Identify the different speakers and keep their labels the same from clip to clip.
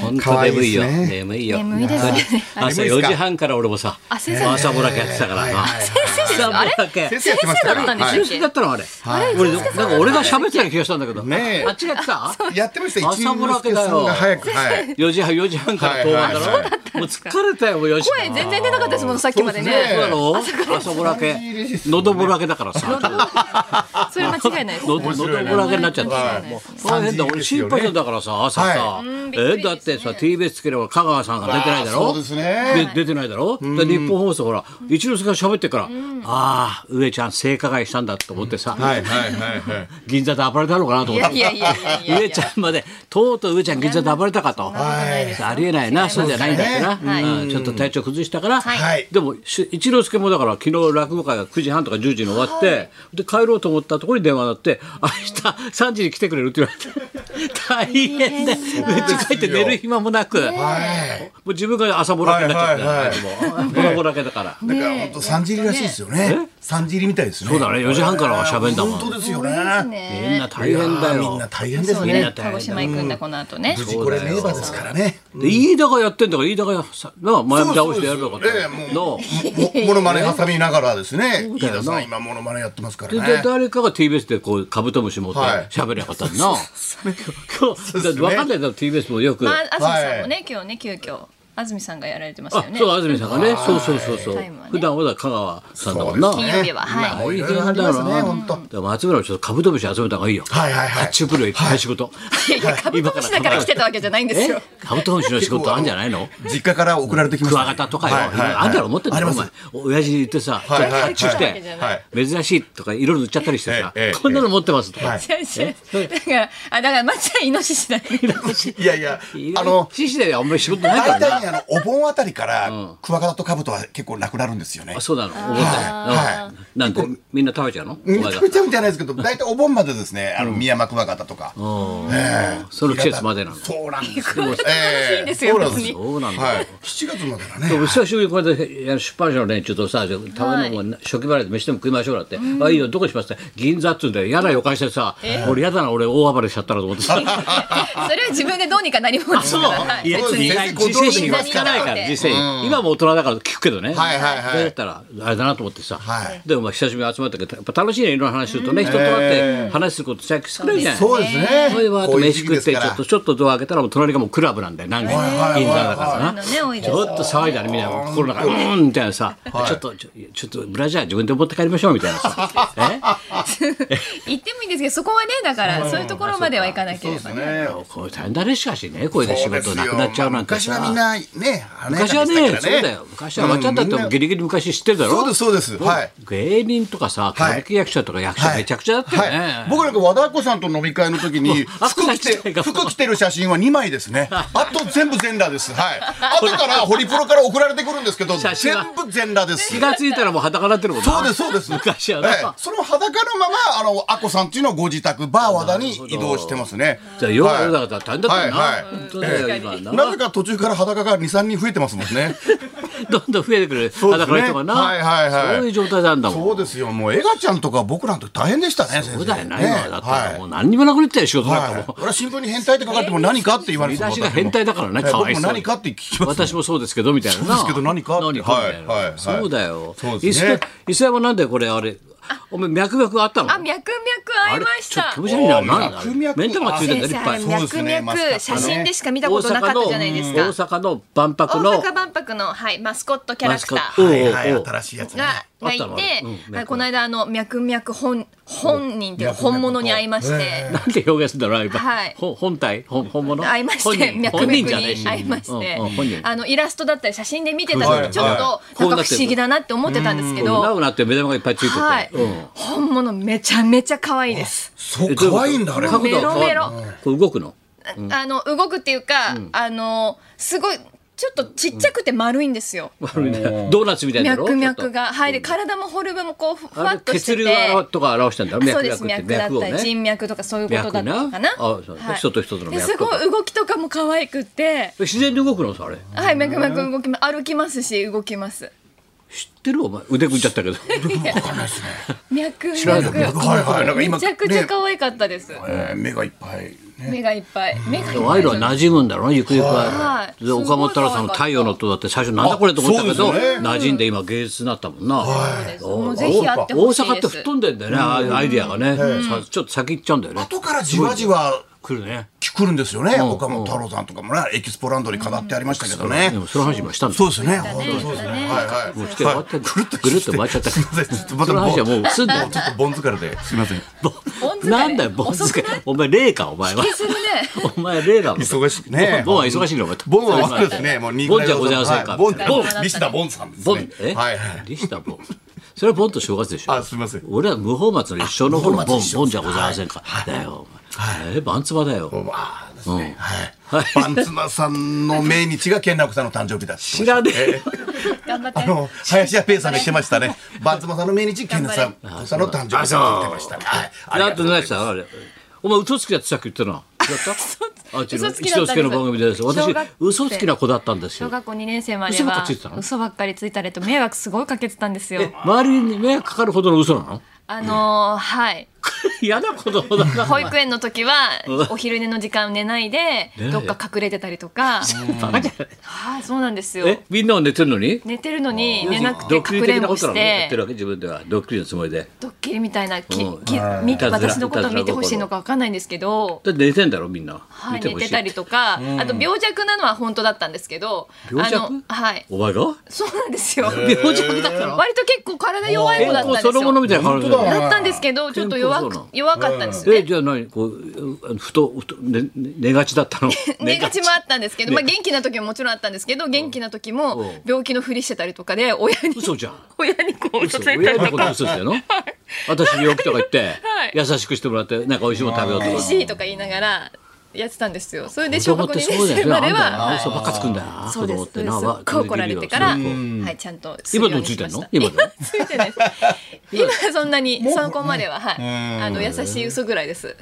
Speaker 1: 本当
Speaker 2: 可愛い
Speaker 1: 眠いよ
Speaker 2: ですね
Speaker 1: 眠いよ
Speaker 3: 眠いです
Speaker 1: 本当に朝
Speaker 2: 眠い
Speaker 1: 4
Speaker 2: っすか
Speaker 1: 時半から俺もさ
Speaker 3: あ先生です
Speaker 1: 朝ぼらけやってたから
Speaker 2: はい
Speaker 1: な
Speaker 2: はいはい
Speaker 1: 朝ぼらけ
Speaker 2: 先生やってました
Speaker 3: 先生だったんで
Speaker 2: は
Speaker 3: すよ
Speaker 2: い
Speaker 1: 先生だったのあれ
Speaker 2: はい
Speaker 1: 俺なんか俺が喋ってた気がしたんだけど
Speaker 2: ねえ
Speaker 1: あ違ってた
Speaker 2: やってました一
Speaker 1: 朝ぼ
Speaker 2: 之
Speaker 1: らけ
Speaker 2: 輔
Speaker 1: だ
Speaker 2: さ
Speaker 1: よ
Speaker 2: んが早くはい
Speaker 1: 4時半4時半から当番だろ
Speaker 2: はいはいは
Speaker 1: もう疲れたよもう4時
Speaker 3: 声全然出なかったですもんさっきまで
Speaker 2: そう
Speaker 1: そうだ
Speaker 2: です
Speaker 3: ね
Speaker 2: ね
Speaker 1: ろ朝ぼらけ
Speaker 2: いいですね
Speaker 1: 喉ぼらけだからさ
Speaker 3: それ 間違いないです
Speaker 1: 喉ぼ
Speaker 2: 白いね
Speaker 1: らけになっちゃった
Speaker 3: はい
Speaker 1: もう大変だ
Speaker 2: 三時
Speaker 1: 俺
Speaker 2: ですよ
Speaker 1: 心
Speaker 2: ね
Speaker 1: 配だからさ朝さ
Speaker 2: は
Speaker 3: んびっく
Speaker 1: え
Speaker 3: りですね
Speaker 1: だってさ TBS つければ香川さんが出てないだ
Speaker 2: あ
Speaker 1: ろ
Speaker 2: ーそうですね
Speaker 1: で出てないだろで日本放送ほら一之輔が喋ってるからああ上ちゃん性加害したんだと思ってさ
Speaker 2: はいはいはいはい
Speaker 1: 銀座で暴れたのかなと
Speaker 3: い
Speaker 1: 思っ
Speaker 3: やい
Speaker 1: て
Speaker 3: やいやいやいや
Speaker 1: 上ちゃんまでとうとう上ちゃん銀座で暴れたかと。
Speaker 2: はい
Speaker 1: ありえないな、そうじゃないんだってな、うんちょっと体調崩したから、
Speaker 2: はい
Speaker 1: でもし一之輔もだから昨日落語会が9時半とか10時に終わって、で帰ろうと思ったところに電話が鳴って明日3時に来てくれるって言われて大変でうち帰って寝る暇もなく、も
Speaker 2: は
Speaker 1: う自分が朝ぼらけになっちゃって、
Speaker 2: は
Speaker 1: もうぼらぼらけだから、
Speaker 2: いだから本当三時入りらしいですよね三時入りみたいですね
Speaker 1: そうだね4時半からは喋んだもん
Speaker 2: 本当ですよ
Speaker 3: です
Speaker 2: ね
Speaker 1: みん
Speaker 3: ね
Speaker 1: な大変だ
Speaker 2: いやーみんな
Speaker 1: よ。
Speaker 2: 大変です
Speaker 3: そう
Speaker 1: みん
Speaker 3: ね
Speaker 1: な
Speaker 2: ね
Speaker 1: 大変だ
Speaker 3: 鹿児島行くんだこの後ね
Speaker 2: 無事これ名馬ですからね
Speaker 1: で飯田がやってんだから飯田がさな前倒しでやるのかと
Speaker 2: そうそうですええも
Speaker 1: の
Speaker 2: うも ものまね挟みながらですね
Speaker 1: だ
Speaker 2: 飯
Speaker 1: よな
Speaker 2: 田さん今ものまねやってますから
Speaker 1: で、
Speaker 2: ね
Speaker 1: で誰かが TBS でこうカブトムシ持って
Speaker 2: はい
Speaker 1: 喋りゃよかったのにな、今日
Speaker 2: うっすね
Speaker 1: だって分かんないだろ TBS もよく、
Speaker 3: まあ安住さんもね今日ね急遽安住さんがやられてました
Speaker 1: あ
Speaker 3: よね
Speaker 1: そう安住さんがねそうそうそうそう、
Speaker 3: タイムはね
Speaker 1: 普段はだ香川さんだもんな
Speaker 2: そう
Speaker 3: 金
Speaker 2: です
Speaker 3: 曜日ははい
Speaker 2: いろいろありますね本当
Speaker 1: でも松村もちょっとカブトムシ集めた方がいいよ
Speaker 2: はいはいはい
Speaker 1: 発注プロいっぱい仕事、
Speaker 3: いやいやカブトムシだから来てたわけじゃないんですよ
Speaker 1: えカブトムシの仕事あんじゃないの
Speaker 2: 実家から送られてきまし
Speaker 1: ク
Speaker 2: た
Speaker 1: ワ
Speaker 2: ね
Speaker 1: ガタとかよ、
Speaker 2: はいはいはい
Speaker 1: あんだろ持ってんだ
Speaker 2: あり
Speaker 1: ろ
Speaker 2: ま
Speaker 1: お
Speaker 2: す
Speaker 1: 前お親父に言ってさ、
Speaker 2: はいはいはい
Speaker 1: ちょっと発注して、
Speaker 2: はい
Speaker 1: 珍しいとか色々塗っちゃったりしてさ、
Speaker 2: ええええ
Speaker 1: こんなの持ってますとか、
Speaker 2: はい
Speaker 3: 先生だからあだからまっちゃんイノ シシだね
Speaker 2: いやいやあ
Speaker 1: あ
Speaker 2: の
Speaker 1: の獅子ではあんまり仕事ないから
Speaker 2: 大
Speaker 1: な
Speaker 2: 体ねあのお盆あたりからクワガタとカブトは結構なくなるんですよね
Speaker 1: あそうなの思ったよ
Speaker 2: は
Speaker 1: うんなんでみんな食べちゃうのお前
Speaker 2: め
Speaker 1: が
Speaker 2: ちゃめちゃみたいないですけど大体お盆までですねあのミヤマクワガタとかええ
Speaker 1: その季節までなの
Speaker 2: そうなんです
Speaker 3: これ楽しいんですよ
Speaker 2: ええ
Speaker 3: 別に
Speaker 1: そうなんだ
Speaker 2: はい7月までだね
Speaker 1: でも久しぶりにこうやってあの出版社の連中とさ食べ物もな食器払いで飯でも食いましょうだって「あいいよどこします?」って銀座っつうんだよ嫌な予感してさ俺嫌だな俺大暴れしちゃったらと思って さ
Speaker 3: それは自分でどうにかなりますからはい
Speaker 1: いや
Speaker 2: そう
Speaker 3: 別に
Speaker 2: ですね
Speaker 1: 自制心がつかないか
Speaker 3: う
Speaker 1: ら
Speaker 3: ん
Speaker 1: 自制心今も大人だから聞くけどね
Speaker 2: はいはいはい
Speaker 1: だったらあれだなと思ってさ
Speaker 2: はい
Speaker 1: でもまあ久しぶりに集まったけどやっぱ楽しいねいろんな話するとね人と会って話すること最近少ないじゃない
Speaker 2: そうですね
Speaker 1: それはあと
Speaker 2: こういう
Speaker 1: 飯
Speaker 2: 時期
Speaker 1: 食
Speaker 2: で
Speaker 1: っ
Speaker 2: す
Speaker 1: てち
Speaker 2: か
Speaker 1: ょ
Speaker 2: ら
Speaker 1: っとちょっとドア開けたらもう隣がもうクラブなんだよなんか
Speaker 2: はいはいはいはい
Speaker 1: 銀座だからな。
Speaker 3: のね多いで
Speaker 1: ち
Speaker 3: す
Speaker 1: ょっと騒いだねみたいな心の中でうーんみたいなさ、ちょっとちょちょっとブラジャー自分で持って帰りましょうみたいなさえ
Speaker 3: 行ってもいいんですけどそこはねだからそういうところまでは行かなければね
Speaker 2: ね
Speaker 1: これ大変だねしかしねこれで仕
Speaker 2: そうで
Speaker 1: 事
Speaker 2: す
Speaker 1: な
Speaker 2: よ
Speaker 1: くなっちゃうなんて
Speaker 2: 昔
Speaker 1: さ、
Speaker 2: はみんなね華や
Speaker 1: 昔
Speaker 2: か
Speaker 1: は
Speaker 2: で
Speaker 1: ね
Speaker 2: した
Speaker 1: そ
Speaker 2: から
Speaker 1: うだよ昔はわちゃんだって
Speaker 2: うん
Speaker 1: ギリギリ昔知ってるだろ
Speaker 2: そうですそうですはい
Speaker 1: 芸人とかさ歌舞伎役者とか役者めちゃくちゃだったよね、
Speaker 2: はい僕なんか和田アキ子さんと飲み会の時に
Speaker 1: あ
Speaker 2: 服
Speaker 1: 服
Speaker 2: 着
Speaker 1: 着て
Speaker 2: て
Speaker 1: る
Speaker 2: 服着てる写真は2枚で すねあと全部全裸ですはい後からホリプロから送られてくるんですけど
Speaker 1: 写
Speaker 2: 全
Speaker 1: 真は
Speaker 2: 部全裸です
Speaker 1: 気がついたらもう裸になってるもんな
Speaker 2: そうですそうです
Speaker 1: 昔はな
Speaker 2: ええその裸のままあのアコさんっていうのをご自宅バー和田に移動してますね
Speaker 1: じゃあ世
Speaker 2: はい
Speaker 1: の中だったら大変だったよな、
Speaker 2: はいはい
Speaker 1: 本当だよ今な
Speaker 2: なぜか途中から裸が23人増えてますもんね
Speaker 1: どんどん増えてくる
Speaker 2: そうです
Speaker 1: 裸
Speaker 2: ね
Speaker 1: の人がな、
Speaker 2: はいはいはい
Speaker 1: そういう状態なんだもん
Speaker 2: そうですよもうエガちゃんとか僕なんて大変でしたね
Speaker 1: そう
Speaker 2: 先
Speaker 1: だ
Speaker 2: 生
Speaker 1: よな、
Speaker 2: ね
Speaker 1: 今はだって、
Speaker 2: はい
Speaker 1: もう何にもなくなったよ仕事なんかも
Speaker 2: は、い、俺は新聞に変態って書かれても何かって言われ
Speaker 1: 見
Speaker 2: て
Speaker 1: 出しが変態だからね、
Speaker 2: はい
Speaker 1: かわいそうに
Speaker 2: 僕も何かって聞きます
Speaker 1: 私もそうですけどみたいなな
Speaker 2: そうですけど何かって
Speaker 1: 何かみたいな、
Speaker 2: はいはいはい
Speaker 1: そうだよ
Speaker 2: そうですね
Speaker 1: 伊勢伊勢山なんだよこれあれお前脈々あったの
Speaker 3: あ脈々会いまし
Speaker 1: あれちょっと
Speaker 3: た
Speaker 1: 気持ち悪いな何だあれ
Speaker 2: 脈々
Speaker 1: 目ん玉がついてんだよい
Speaker 3: 先
Speaker 1: っぱい
Speaker 3: 生あれ
Speaker 2: そうです
Speaker 3: 脈
Speaker 2: ねマスカット
Speaker 3: 々
Speaker 2: ね
Speaker 3: 写真でしか見た
Speaker 1: 大
Speaker 3: ことなか
Speaker 1: 阪
Speaker 3: った
Speaker 1: の
Speaker 3: じゃないです
Speaker 1: 大
Speaker 3: か
Speaker 1: 阪の万博の
Speaker 3: 大阪万博のはいマスコットキャラクタ
Speaker 1: マスコット
Speaker 3: ー
Speaker 2: はいはい
Speaker 1: おうおう
Speaker 2: 新しいやつね
Speaker 3: ががいて、
Speaker 1: あったのあれうん脈々
Speaker 3: はいこの間あの脈々本本人っていうか本物に会いまして、
Speaker 1: なんて表現するんだろうあれ今、
Speaker 3: はい
Speaker 1: ほ本体本本物
Speaker 3: 会いまし
Speaker 1: 本
Speaker 3: て
Speaker 1: 人
Speaker 3: 脈
Speaker 1: 本
Speaker 3: 々に
Speaker 1: 人じゃねえし
Speaker 3: 会いまして、
Speaker 1: うんうん本人
Speaker 3: あのイラストだったり写真で見てた
Speaker 2: は
Speaker 3: の
Speaker 2: いは
Speaker 3: で
Speaker 2: い
Speaker 3: ちょっとなんか不思議だなって思ってたんですけ
Speaker 1: な
Speaker 3: ど、
Speaker 1: おなって目玉がいっぱいついてて、
Speaker 3: はい
Speaker 1: うん、
Speaker 3: 本物めちゃめちゃ可愛いです。
Speaker 2: そう可愛いんだあれ
Speaker 3: もうメロメロ
Speaker 1: これ動くの
Speaker 3: あの動くっていうか、あのすごいちょっとちっちゃくて丸いんですよ。
Speaker 1: 悪いねドーナツみたいなの
Speaker 3: 脈々がはいで体もフォルムもこうふふわっとして
Speaker 1: 血
Speaker 3: て
Speaker 1: 流。とか表してんだろ
Speaker 3: そ
Speaker 1: 脈
Speaker 3: うです
Speaker 1: 々って
Speaker 3: 脈だっ
Speaker 1: 脈を
Speaker 3: たり
Speaker 1: ね
Speaker 3: 人脈とかそういうことだったの
Speaker 1: 脈
Speaker 3: かな
Speaker 1: なあそう人と人との脈
Speaker 3: です
Speaker 1: と
Speaker 3: ご
Speaker 1: か
Speaker 3: い動きとかも可愛くて
Speaker 1: 自然に動くのさあれ
Speaker 3: はい脈々動きま歩きますし動きます
Speaker 1: 知ってるお前腕組んじゃったけ ど
Speaker 2: わかんないですね。
Speaker 3: 脈
Speaker 1: 知らない
Speaker 3: 脈
Speaker 1: 脈
Speaker 2: はいはい。なんか今
Speaker 3: めちゃくちゃ
Speaker 2: ね
Speaker 3: 可愛かったです、
Speaker 2: えー目がいっぱい。ね
Speaker 3: 目がいっぱい目がいっぱい
Speaker 1: ワイルは馴染むんだろうねゆくゆくは
Speaker 3: は。い
Speaker 1: で岡本太郎さんの「太陽の塔」だって最初なんだこれと思ったけど
Speaker 2: あそうですよね
Speaker 1: 馴染んで今芸術になったもんな。
Speaker 3: そうですもうぜひ会って
Speaker 1: 大
Speaker 3: ほしいです
Speaker 1: 阪って吹っ飛んでんだよねああいうアイディアがねさちょっと先行っちゃうんだよね。
Speaker 2: 後からじわじわ
Speaker 1: 来るね。
Speaker 2: 来るんですよね。岡本太郎さんとかもね、エキスポランドに飾ってありましたけどね
Speaker 1: で。もその話もしたんだ
Speaker 2: そうですよね。本当にそうですよね。
Speaker 3: ね
Speaker 2: はいはい。
Speaker 1: もう来て終わってんだぐるっと回っちゃった
Speaker 2: すいません。ちょっとま
Speaker 1: そ
Speaker 2: た
Speaker 1: の話はも
Speaker 2: も
Speaker 1: うすんだよ
Speaker 2: ちょっとボン疲れで。すいません。
Speaker 3: ボンズ
Speaker 1: なんだよボン
Speaker 3: 遅
Speaker 1: ズ
Speaker 3: く
Speaker 1: ケ
Speaker 3: ない
Speaker 1: お前霊かお前は
Speaker 3: 気するね
Speaker 1: お前霊だもん
Speaker 2: 忙しくね。
Speaker 1: ボンは忙しいのお前
Speaker 2: ボンは忙しいですね。もう新
Speaker 1: ボ
Speaker 2: 倉
Speaker 1: ンじゃございません
Speaker 2: は
Speaker 1: か
Speaker 2: ボン、
Speaker 1: みたい
Speaker 2: ボ
Speaker 1: な
Speaker 2: ン、西田ボンさんです
Speaker 1: ボ
Speaker 2: ね
Speaker 1: ン。え
Speaker 2: はいはい。
Speaker 1: リシタボンそれはボンと正月でしょ
Speaker 2: あ、すみません。
Speaker 1: 俺は無法末の一生の方の
Speaker 2: 無法
Speaker 1: ボン
Speaker 2: 末一生
Speaker 1: ボンじゃございませんか、だよお前、えーバンツバだよ
Speaker 2: わあですね。
Speaker 1: は
Speaker 2: はいい。パンツマさんの命日が健楽さんの誕生日だって
Speaker 1: 知らねえよ
Speaker 3: 頑 張って
Speaker 2: あの林家ペイさんが言ってましたね。バンツマさんの命日健楽さん
Speaker 1: 張れ
Speaker 2: さんの誕生日だって言ってましたね。はい。あり
Speaker 1: だ
Speaker 2: が
Speaker 1: っ
Speaker 2: と
Speaker 1: て
Speaker 2: うござい
Speaker 1: 何し
Speaker 2: ます。
Speaker 1: たあれお前嘘つきだってさっき言ったな違 ったあ違う
Speaker 3: 嘘つき
Speaker 1: 一
Speaker 3: だ
Speaker 1: 之
Speaker 3: った
Speaker 1: 輔の番組です私
Speaker 3: 小学生
Speaker 1: 嘘つきな子だったんです
Speaker 3: 小
Speaker 1: よ
Speaker 3: 学校2年生まで
Speaker 1: 嘘ばっか
Speaker 3: は
Speaker 1: ついてたの
Speaker 3: 嘘ばっかりついたりと迷惑すごいかけてたんですよ
Speaker 1: え周りに迷惑かかるほどの嘘な の
Speaker 3: あのーはい
Speaker 1: 嫌な子供だな
Speaker 3: 保育園の時はお昼寝の時間寝ないで
Speaker 1: 寝ないで
Speaker 3: どっか隠れてたりとか
Speaker 1: バカじゃない
Speaker 3: はいそうなんですよ
Speaker 1: えみんなは寝てるのに
Speaker 3: 寝てるのに寝なく
Speaker 1: ド
Speaker 3: て
Speaker 1: ッキリ
Speaker 3: かく
Speaker 1: 的
Speaker 3: れん
Speaker 1: なこ
Speaker 3: ぼ
Speaker 1: となの
Speaker 3: し
Speaker 1: ねやっててるわけ自分ではドッキリのつもりで
Speaker 3: ドッキリみたいなき
Speaker 1: うん
Speaker 3: きみ
Speaker 1: いたずら
Speaker 3: 私のことを見てほしいのかわかんないんですけど
Speaker 1: だって寝てんだろみんな、
Speaker 3: はい、
Speaker 1: 見て
Speaker 3: 寝
Speaker 1: ほ
Speaker 3: て
Speaker 1: したい
Speaker 3: りとか、あと病弱なのは本当だったんですけど、
Speaker 1: 病弱
Speaker 3: あのはい、
Speaker 1: お前が
Speaker 3: そうなんですよ。
Speaker 1: 病弱だったの
Speaker 3: 割と結構体弱い
Speaker 1: 健
Speaker 3: 方だったんで
Speaker 1: 康
Speaker 3: すよ
Speaker 1: そ。のものみたいな感じ
Speaker 2: 本当だわ
Speaker 3: だったんですけど、ちょっと弱
Speaker 1: 健康そうなの
Speaker 3: く弱かったんです
Speaker 1: え
Speaker 3: ね。
Speaker 1: じゃあ何こうあのふとふと寝寝寝がちだったの
Speaker 3: 寝がちもあったんですけど、
Speaker 1: ね
Speaker 3: まあ元気な時ももちろんあったんですけど、元気な時も
Speaker 1: うん
Speaker 3: 病気のふりしてたりとかで親に
Speaker 1: 嘘じゃん
Speaker 3: 親にこう嘘ついたり
Speaker 1: 親の
Speaker 3: と
Speaker 1: こと
Speaker 3: か
Speaker 1: 嘘だよの私病気とか言って、
Speaker 3: はい
Speaker 1: 優しくしてもらってなんか美味しいもの食べようと
Speaker 3: 苦
Speaker 1: か
Speaker 3: しいとか言いながらやってたんですよ。それで
Speaker 1: 子
Speaker 3: 小
Speaker 1: 供
Speaker 3: 学
Speaker 1: っ
Speaker 3: 校
Speaker 1: て
Speaker 3: 2
Speaker 1: そう
Speaker 3: 年
Speaker 1: だ
Speaker 3: 生
Speaker 1: よな
Speaker 3: ま
Speaker 1: あん
Speaker 3: で
Speaker 1: たな
Speaker 3: は。
Speaker 1: 嘘ばっかつくんだよな
Speaker 3: そう
Speaker 1: 子
Speaker 3: です。
Speaker 1: 供
Speaker 3: そ
Speaker 1: ってな
Speaker 3: うですすっ
Speaker 1: わ
Speaker 3: ごい怒られてから、
Speaker 1: う
Speaker 3: は
Speaker 1: ん
Speaker 3: い、ちゃんとするよ
Speaker 1: 今でも
Speaker 3: うに
Speaker 1: つい
Speaker 3: して
Speaker 1: ん
Speaker 3: まし
Speaker 1: の
Speaker 3: た。
Speaker 1: 今でも
Speaker 3: ついてないです。今はそんなに参考までははい、あの優しい嘘ぐらいです。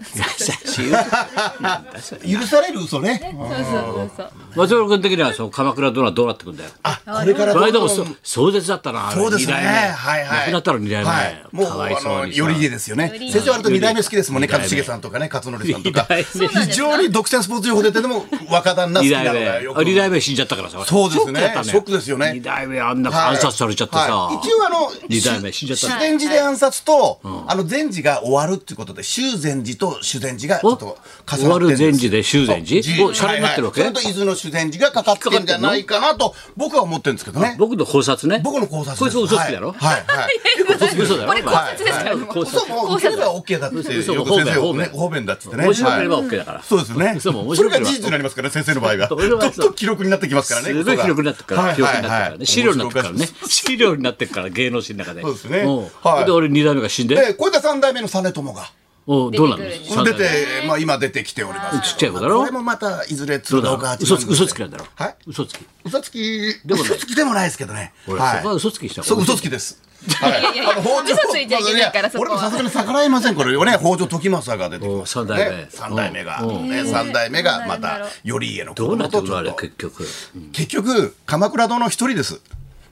Speaker 2: 許される嘘ね。
Speaker 3: そうそうそうそう。
Speaker 1: 松村君的にはその鎌倉殿はどうなってくんだよ
Speaker 2: あ、これから
Speaker 1: この間
Speaker 2: どんど
Speaker 1: も
Speaker 2: ん
Speaker 1: そ壮絶だったなあれ
Speaker 2: そうです
Speaker 1: 二
Speaker 2: ね。
Speaker 1: 代目
Speaker 2: はいはい。
Speaker 1: 亡くなったの二代目、
Speaker 2: はいもう
Speaker 1: かわいそ
Speaker 2: あ
Speaker 1: う
Speaker 2: の
Speaker 1: に
Speaker 2: 頼家ですすよね。
Speaker 3: 頼家
Speaker 2: 先生割と二代目好きですもんね。
Speaker 1: 二代目
Speaker 2: 一茂さんとかね、勝則さんとか
Speaker 1: 二代。目
Speaker 2: 非常に独占スポーツ情報出てでも若旦那好
Speaker 1: 二
Speaker 2: きな
Speaker 1: 代
Speaker 2: のが
Speaker 1: 目
Speaker 2: よ
Speaker 1: あ
Speaker 2: く。
Speaker 1: 二代目死んじゃったからさ
Speaker 2: そうですね
Speaker 1: ショックだった
Speaker 2: ショックですよね
Speaker 1: 二代目あんな
Speaker 2: はい
Speaker 1: 暗殺されちゃってさ、
Speaker 2: はい一応あの
Speaker 1: 二代目死んじゃった
Speaker 2: 修善寺で暗殺と、あの善寺が終わるっていうことで修善寺と修善寺がちょっと重なってるんです
Speaker 1: 終わる善寺で修善寺
Speaker 2: そう
Speaker 1: おシャレになってるわけ
Speaker 2: はいはいそれと伊豆の修善寺がかかってるんじゃないかなと僕は思ってるんですけどね
Speaker 1: 僕の考察ね
Speaker 2: 僕の考察です
Speaker 1: こいつ嘘つきだろ、
Speaker 2: はいはいはい
Speaker 1: 嘘つき嘘だろ
Speaker 3: これ考察ですから、
Speaker 1: はい
Speaker 3: もう
Speaker 1: 考
Speaker 2: 嘘
Speaker 1: 察
Speaker 2: も受ければ OK だって
Speaker 1: 嘘も
Speaker 2: よく先生
Speaker 1: 方
Speaker 2: 方
Speaker 1: 便
Speaker 2: 便方便だって言ってね
Speaker 1: 面白ければ
Speaker 2: はい
Speaker 1: OK だから、
Speaker 2: そうですね
Speaker 1: 嘘も面
Speaker 2: そ
Speaker 1: 白
Speaker 2: れ
Speaker 1: けれ
Speaker 2: が
Speaker 1: ば
Speaker 2: 事実になりますからね先生の場合は
Speaker 1: そ
Speaker 2: ど
Speaker 1: れはそうん
Speaker 2: どん記録になってきますからね
Speaker 1: すごい広くなってくから、
Speaker 2: はい
Speaker 1: 広くなってくから
Speaker 2: はいは
Speaker 1: ね
Speaker 2: い
Speaker 1: 資料になってくからね資料になってくから芸能史の中で
Speaker 2: そうですね
Speaker 1: ん
Speaker 2: はい
Speaker 1: で俺二代目が死んで、
Speaker 2: でこれで三代目の実朝が
Speaker 1: おどうなんの
Speaker 3: 出てくる
Speaker 1: 三代
Speaker 2: 出
Speaker 1: 目
Speaker 2: て、まあ、今出てきておりますけど。
Speaker 1: ちっちゃい子だろ
Speaker 2: これもまた、いずれ
Speaker 1: どう
Speaker 2: 鶴
Speaker 1: だろ
Speaker 2: 岡八
Speaker 1: う
Speaker 2: 幡
Speaker 1: 嘘つき嘘つ
Speaker 2: 宮で
Speaker 1: きなんだろ
Speaker 2: はい。
Speaker 1: 嘘つき
Speaker 2: 嘘つき。
Speaker 1: でもない
Speaker 2: 嘘つきでもないですけどね。
Speaker 1: 俺
Speaker 2: はい
Speaker 1: そこは嘘つきにした方
Speaker 2: そ
Speaker 1: が
Speaker 2: う、
Speaker 1: いい
Speaker 2: 嘘つきです。はい
Speaker 3: やいやいや
Speaker 2: あの北条
Speaker 3: 嘘ついちゃいけないからそこは
Speaker 2: 俺もさすがに逆らえませんからね。北条時政が出てき
Speaker 1: お
Speaker 2: ます
Speaker 1: 三
Speaker 2: から
Speaker 1: 代目
Speaker 2: ね。三代目が。
Speaker 1: う
Speaker 2: ね三代目が、
Speaker 3: どう
Speaker 2: ま
Speaker 3: なるんだろ
Speaker 2: た
Speaker 3: う、
Speaker 2: 頼家の子
Speaker 1: どうな
Speaker 2: 供
Speaker 1: って
Speaker 2: と
Speaker 1: く
Speaker 2: ち
Speaker 1: る
Speaker 2: ょ
Speaker 1: あ
Speaker 2: っ
Speaker 1: れ
Speaker 2: と。
Speaker 1: 結局
Speaker 2: 結局、鎌倉殿の一人です。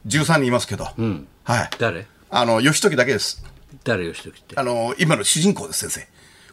Speaker 2: 13人いますけど。はい。
Speaker 1: 誰
Speaker 2: あの、義時だけです。
Speaker 1: 誰義時って
Speaker 2: あの今の主人公です先生。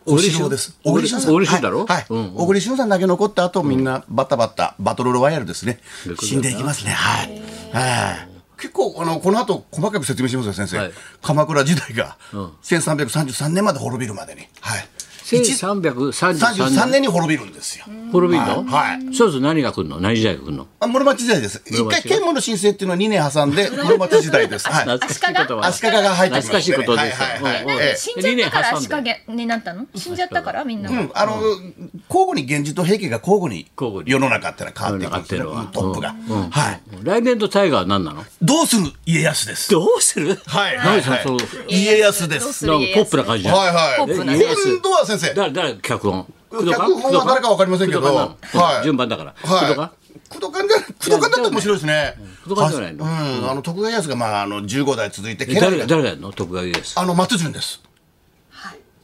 Speaker 1: 小
Speaker 2: 小
Speaker 1: 栗
Speaker 2: 栗
Speaker 1: 旬
Speaker 2: 旬です。
Speaker 1: 小栗
Speaker 2: さん
Speaker 1: 小栗旬だろ
Speaker 2: はいはい
Speaker 1: うんうん
Speaker 2: 小栗旬さんだけ残った後みんなバタバタバトルロワイヤルですね
Speaker 1: いう。ことだな
Speaker 2: 死んでいきますね。はい。はい。結構あのこの後細かく説明しますよ先生、
Speaker 1: はい
Speaker 2: 鎌倉時代が1333年まで滅びるまでに、はい、
Speaker 1: 1333
Speaker 2: 33
Speaker 1: 年
Speaker 2: 年に滅びるんですよ。
Speaker 1: 滅びんの
Speaker 2: はいはい
Speaker 1: そうすると何が来るの何時代が来るの
Speaker 2: あ室町時代です。一
Speaker 1: 室町
Speaker 2: 回建武の申請っていうのは2年挟んで室町時代です。はい。
Speaker 1: 懐かしいことは
Speaker 2: 足利が入ってき
Speaker 1: 懐か
Speaker 2: ま
Speaker 1: し
Speaker 2: し
Speaker 1: い
Speaker 2: た
Speaker 1: こ
Speaker 2: ね
Speaker 1: とです
Speaker 2: はいはいはい
Speaker 1: うんうん
Speaker 2: ええ
Speaker 3: 死んじゃったから
Speaker 1: 理念挟んで
Speaker 3: 足影になったの？死んじゃったからみんな。
Speaker 2: うん、あの、交互に現実と平家が交互に
Speaker 1: 交互に
Speaker 2: 世の中ってのは変わっていくんですね、
Speaker 1: 世の中って
Speaker 2: ト
Speaker 1: のは
Speaker 2: ップが、はい。
Speaker 1: 来年度タイガーは何なの
Speaker 2: どうする家康です。
Speaker 1: どうする
Speaker 2: はい
Speaker 1: 何そ
Speaker 2: はい
Speaker 1: の
Speaker 2: 家康で
Speaker 3: どう
Speaker 2: す。
Speaker 3: す
Speaker 1: な
Speaker 3: る
Speaker 1: ん
Speaker 3: 家
Speaker 1: かポッ
Speaker 3: 康
Speaker 1: プな感じじゃん
Speaker 2: はい
Speaker 3: ポップ
Speaker 2: は。
Speaker 3: ない
Speaker 2: 今度は先生、
Speaker 1: 誰誰脚本工藤
Speaker 2: 脚
Speaker 1: か
Speaker 2: 本は誰かわかりませんけど、
Speaker 1: 工藤かな
Speaker 2: はい。
Speaker 1: 順番だから工
Speaker 2: は
Speaker 1: 藤
Speaker 2: い。
Speaker 1: か
Speaker 2: 工藤勘じゃ、工藤勘だって面白いですね。
Speaker 1: 工藤勘じゃないの
Speaker 2: あうん、あの徳川家康がまああの15代続いて、
Speaker 1: え誰が誰がやるの徳川家康
Speaker 2: あの松潤です。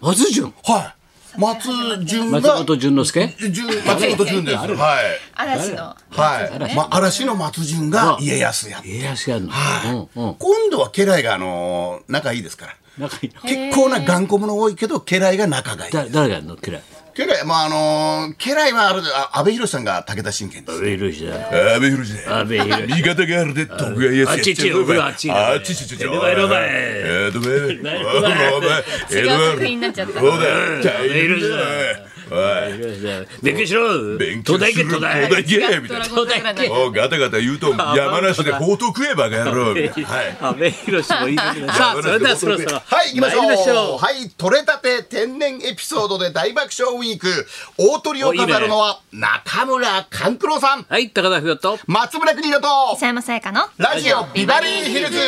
Speaker 1: 松潤
Speaker 2: はい。松潤が
Speaker 1: 松本潤之介
Speaker 2: 潤松本潤ですはい
Speaker 3: 嵐の
Speaker 2: はい、まあ、嵐の松潤が家康や
Speaker 1: 家康やるの、うんうん
Speaker 2: 今度は家来があのー仲いいですから
Speaker 1: 仲いいの
Speaker 2: 結構な頑固者多いけど家来が仲がいい
Speaker 1: だ誰がやるの嫌い
Speaker 2: 家来まああのー家来はあれあ安倍博さんが武田信玄です
Speaker 1: ウイルスだ
Speaker 2: 安倍博士で
Speaker 1: 安倍博士
Speaker 2: 味方があるで徳川家康
Speaker 1: あっちっちお風呂あっち
Speaker 2: あっちっちちち
Speaker 1: 江戸前江戸前
Speaker 2: 江戸前江戸
Speaker 3: 違う
Speaker 2: 前江戸前
Speaker 3: 作品になっちゃった
Speaker 2: そうだ茶色いじゃないおい
Speaker 1: 勉強しろ
Speaker 2: 勉
Speaker 1: 東
Speaker 2: 強
Speaker 1: 大
Speaker 2: し
Speaker 1: 行け
Speaker 2: ろ
Speaker 1: 東大
Speaker 2: 東大行けみ
Speaker 3: ド
Speaker 2: たい
Speaker 3: ラ
Speaker 2: な
Speaker 3: ゴン桜の
Speaker 2: おうガタガタ言うと山梨で宝刀食えバカ野郎みた いなはい
Speaker 1: 安倍博士もいいですね さあそれではそろそろ
Speaker 2: はい、行きましょう。
Speaker 1: 参りましょう
Speaker 2: はい、取れたて天然エピソードで大爆笑ウィーク。大鳥を飾るのは中村勘九郎さん、
Speaker 1: はい高田不要と
Speaker 2: 松村邦洋と、
Speaker 3: 磯山さやかの
Speaker 2: ラジオビバリーヒルズ。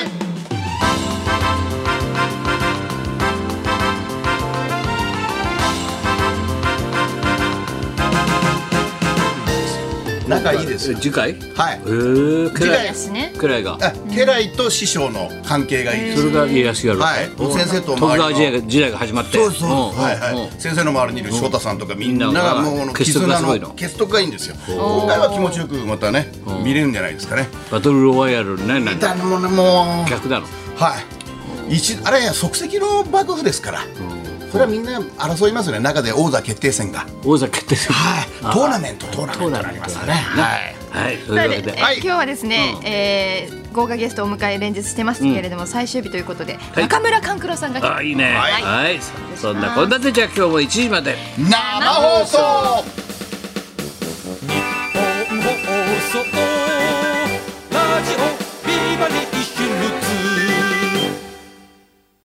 Speaker 2: 仲いいですよ。
Speaker 1: 次回
Speaker 2: はい。
Speaker 1: えー
Speaker 2: 次
Speaker 1: 家
Speaker 2: 回
Speaker 3: ですね
Speaker 1: 来家来が
Speaker 2: あ家来と師匠の関係がいいです
Speaker 1: そ。れが家康やる
Speaker 2: はい
Speaker 1: お
Speaker 2: 先生と
Speaker 1: 徳川
Speaker 2: 周りの
Speaker 1: 時代が始まって
Speaker 2: そうそう、
Speaker 1: ん
Speaker 2: はいは
Speaker 1: うん
Speaker 2: い、先生の周りにいる翔太さんとかみんな
Speaker 1: みんな
Speaker 2: が
Speaker 1: が
Speaker 2: もうあの
Speaker 1: 結束がすごいの
Speaker 2: 絆結束がいいんですよ今回は気持ちよくまたね見れるんじゃないですかね
Speaker 1: バトルロワイヤル何なんだ
Speaker 2: だもうねもう
Speaker 1: 逆だの
Speaker 2: はい一あれや即席の幕府ですからそれはみんな争いますよね中で王座決定戦が
Speaker 1: 王座決定戦
Speaker 2: はい
Speaker 1: あー
Speaker 2: トーナメントトーナメントになりますよねはい
Speaker 1: はいという
Speaker 3: な
Speaker 1: わ
Speaker 3: ので
Speaker 1: けで
Speaker 3: え
Speaker 2: はい
Speaker 3: 今日はですね、えー豪華ゲストをお迎え連日してますけれども、最終日ということで、
Speaker 1: い
Speaker 3: 中村勘九郎さんが来て
Speaker 1: あいいね
Speaker 2: はい
Speaker 1: はいそんなこんなでじゃあ今日も1時まで
Speaker 2: 生放送
Speaker 4: 放送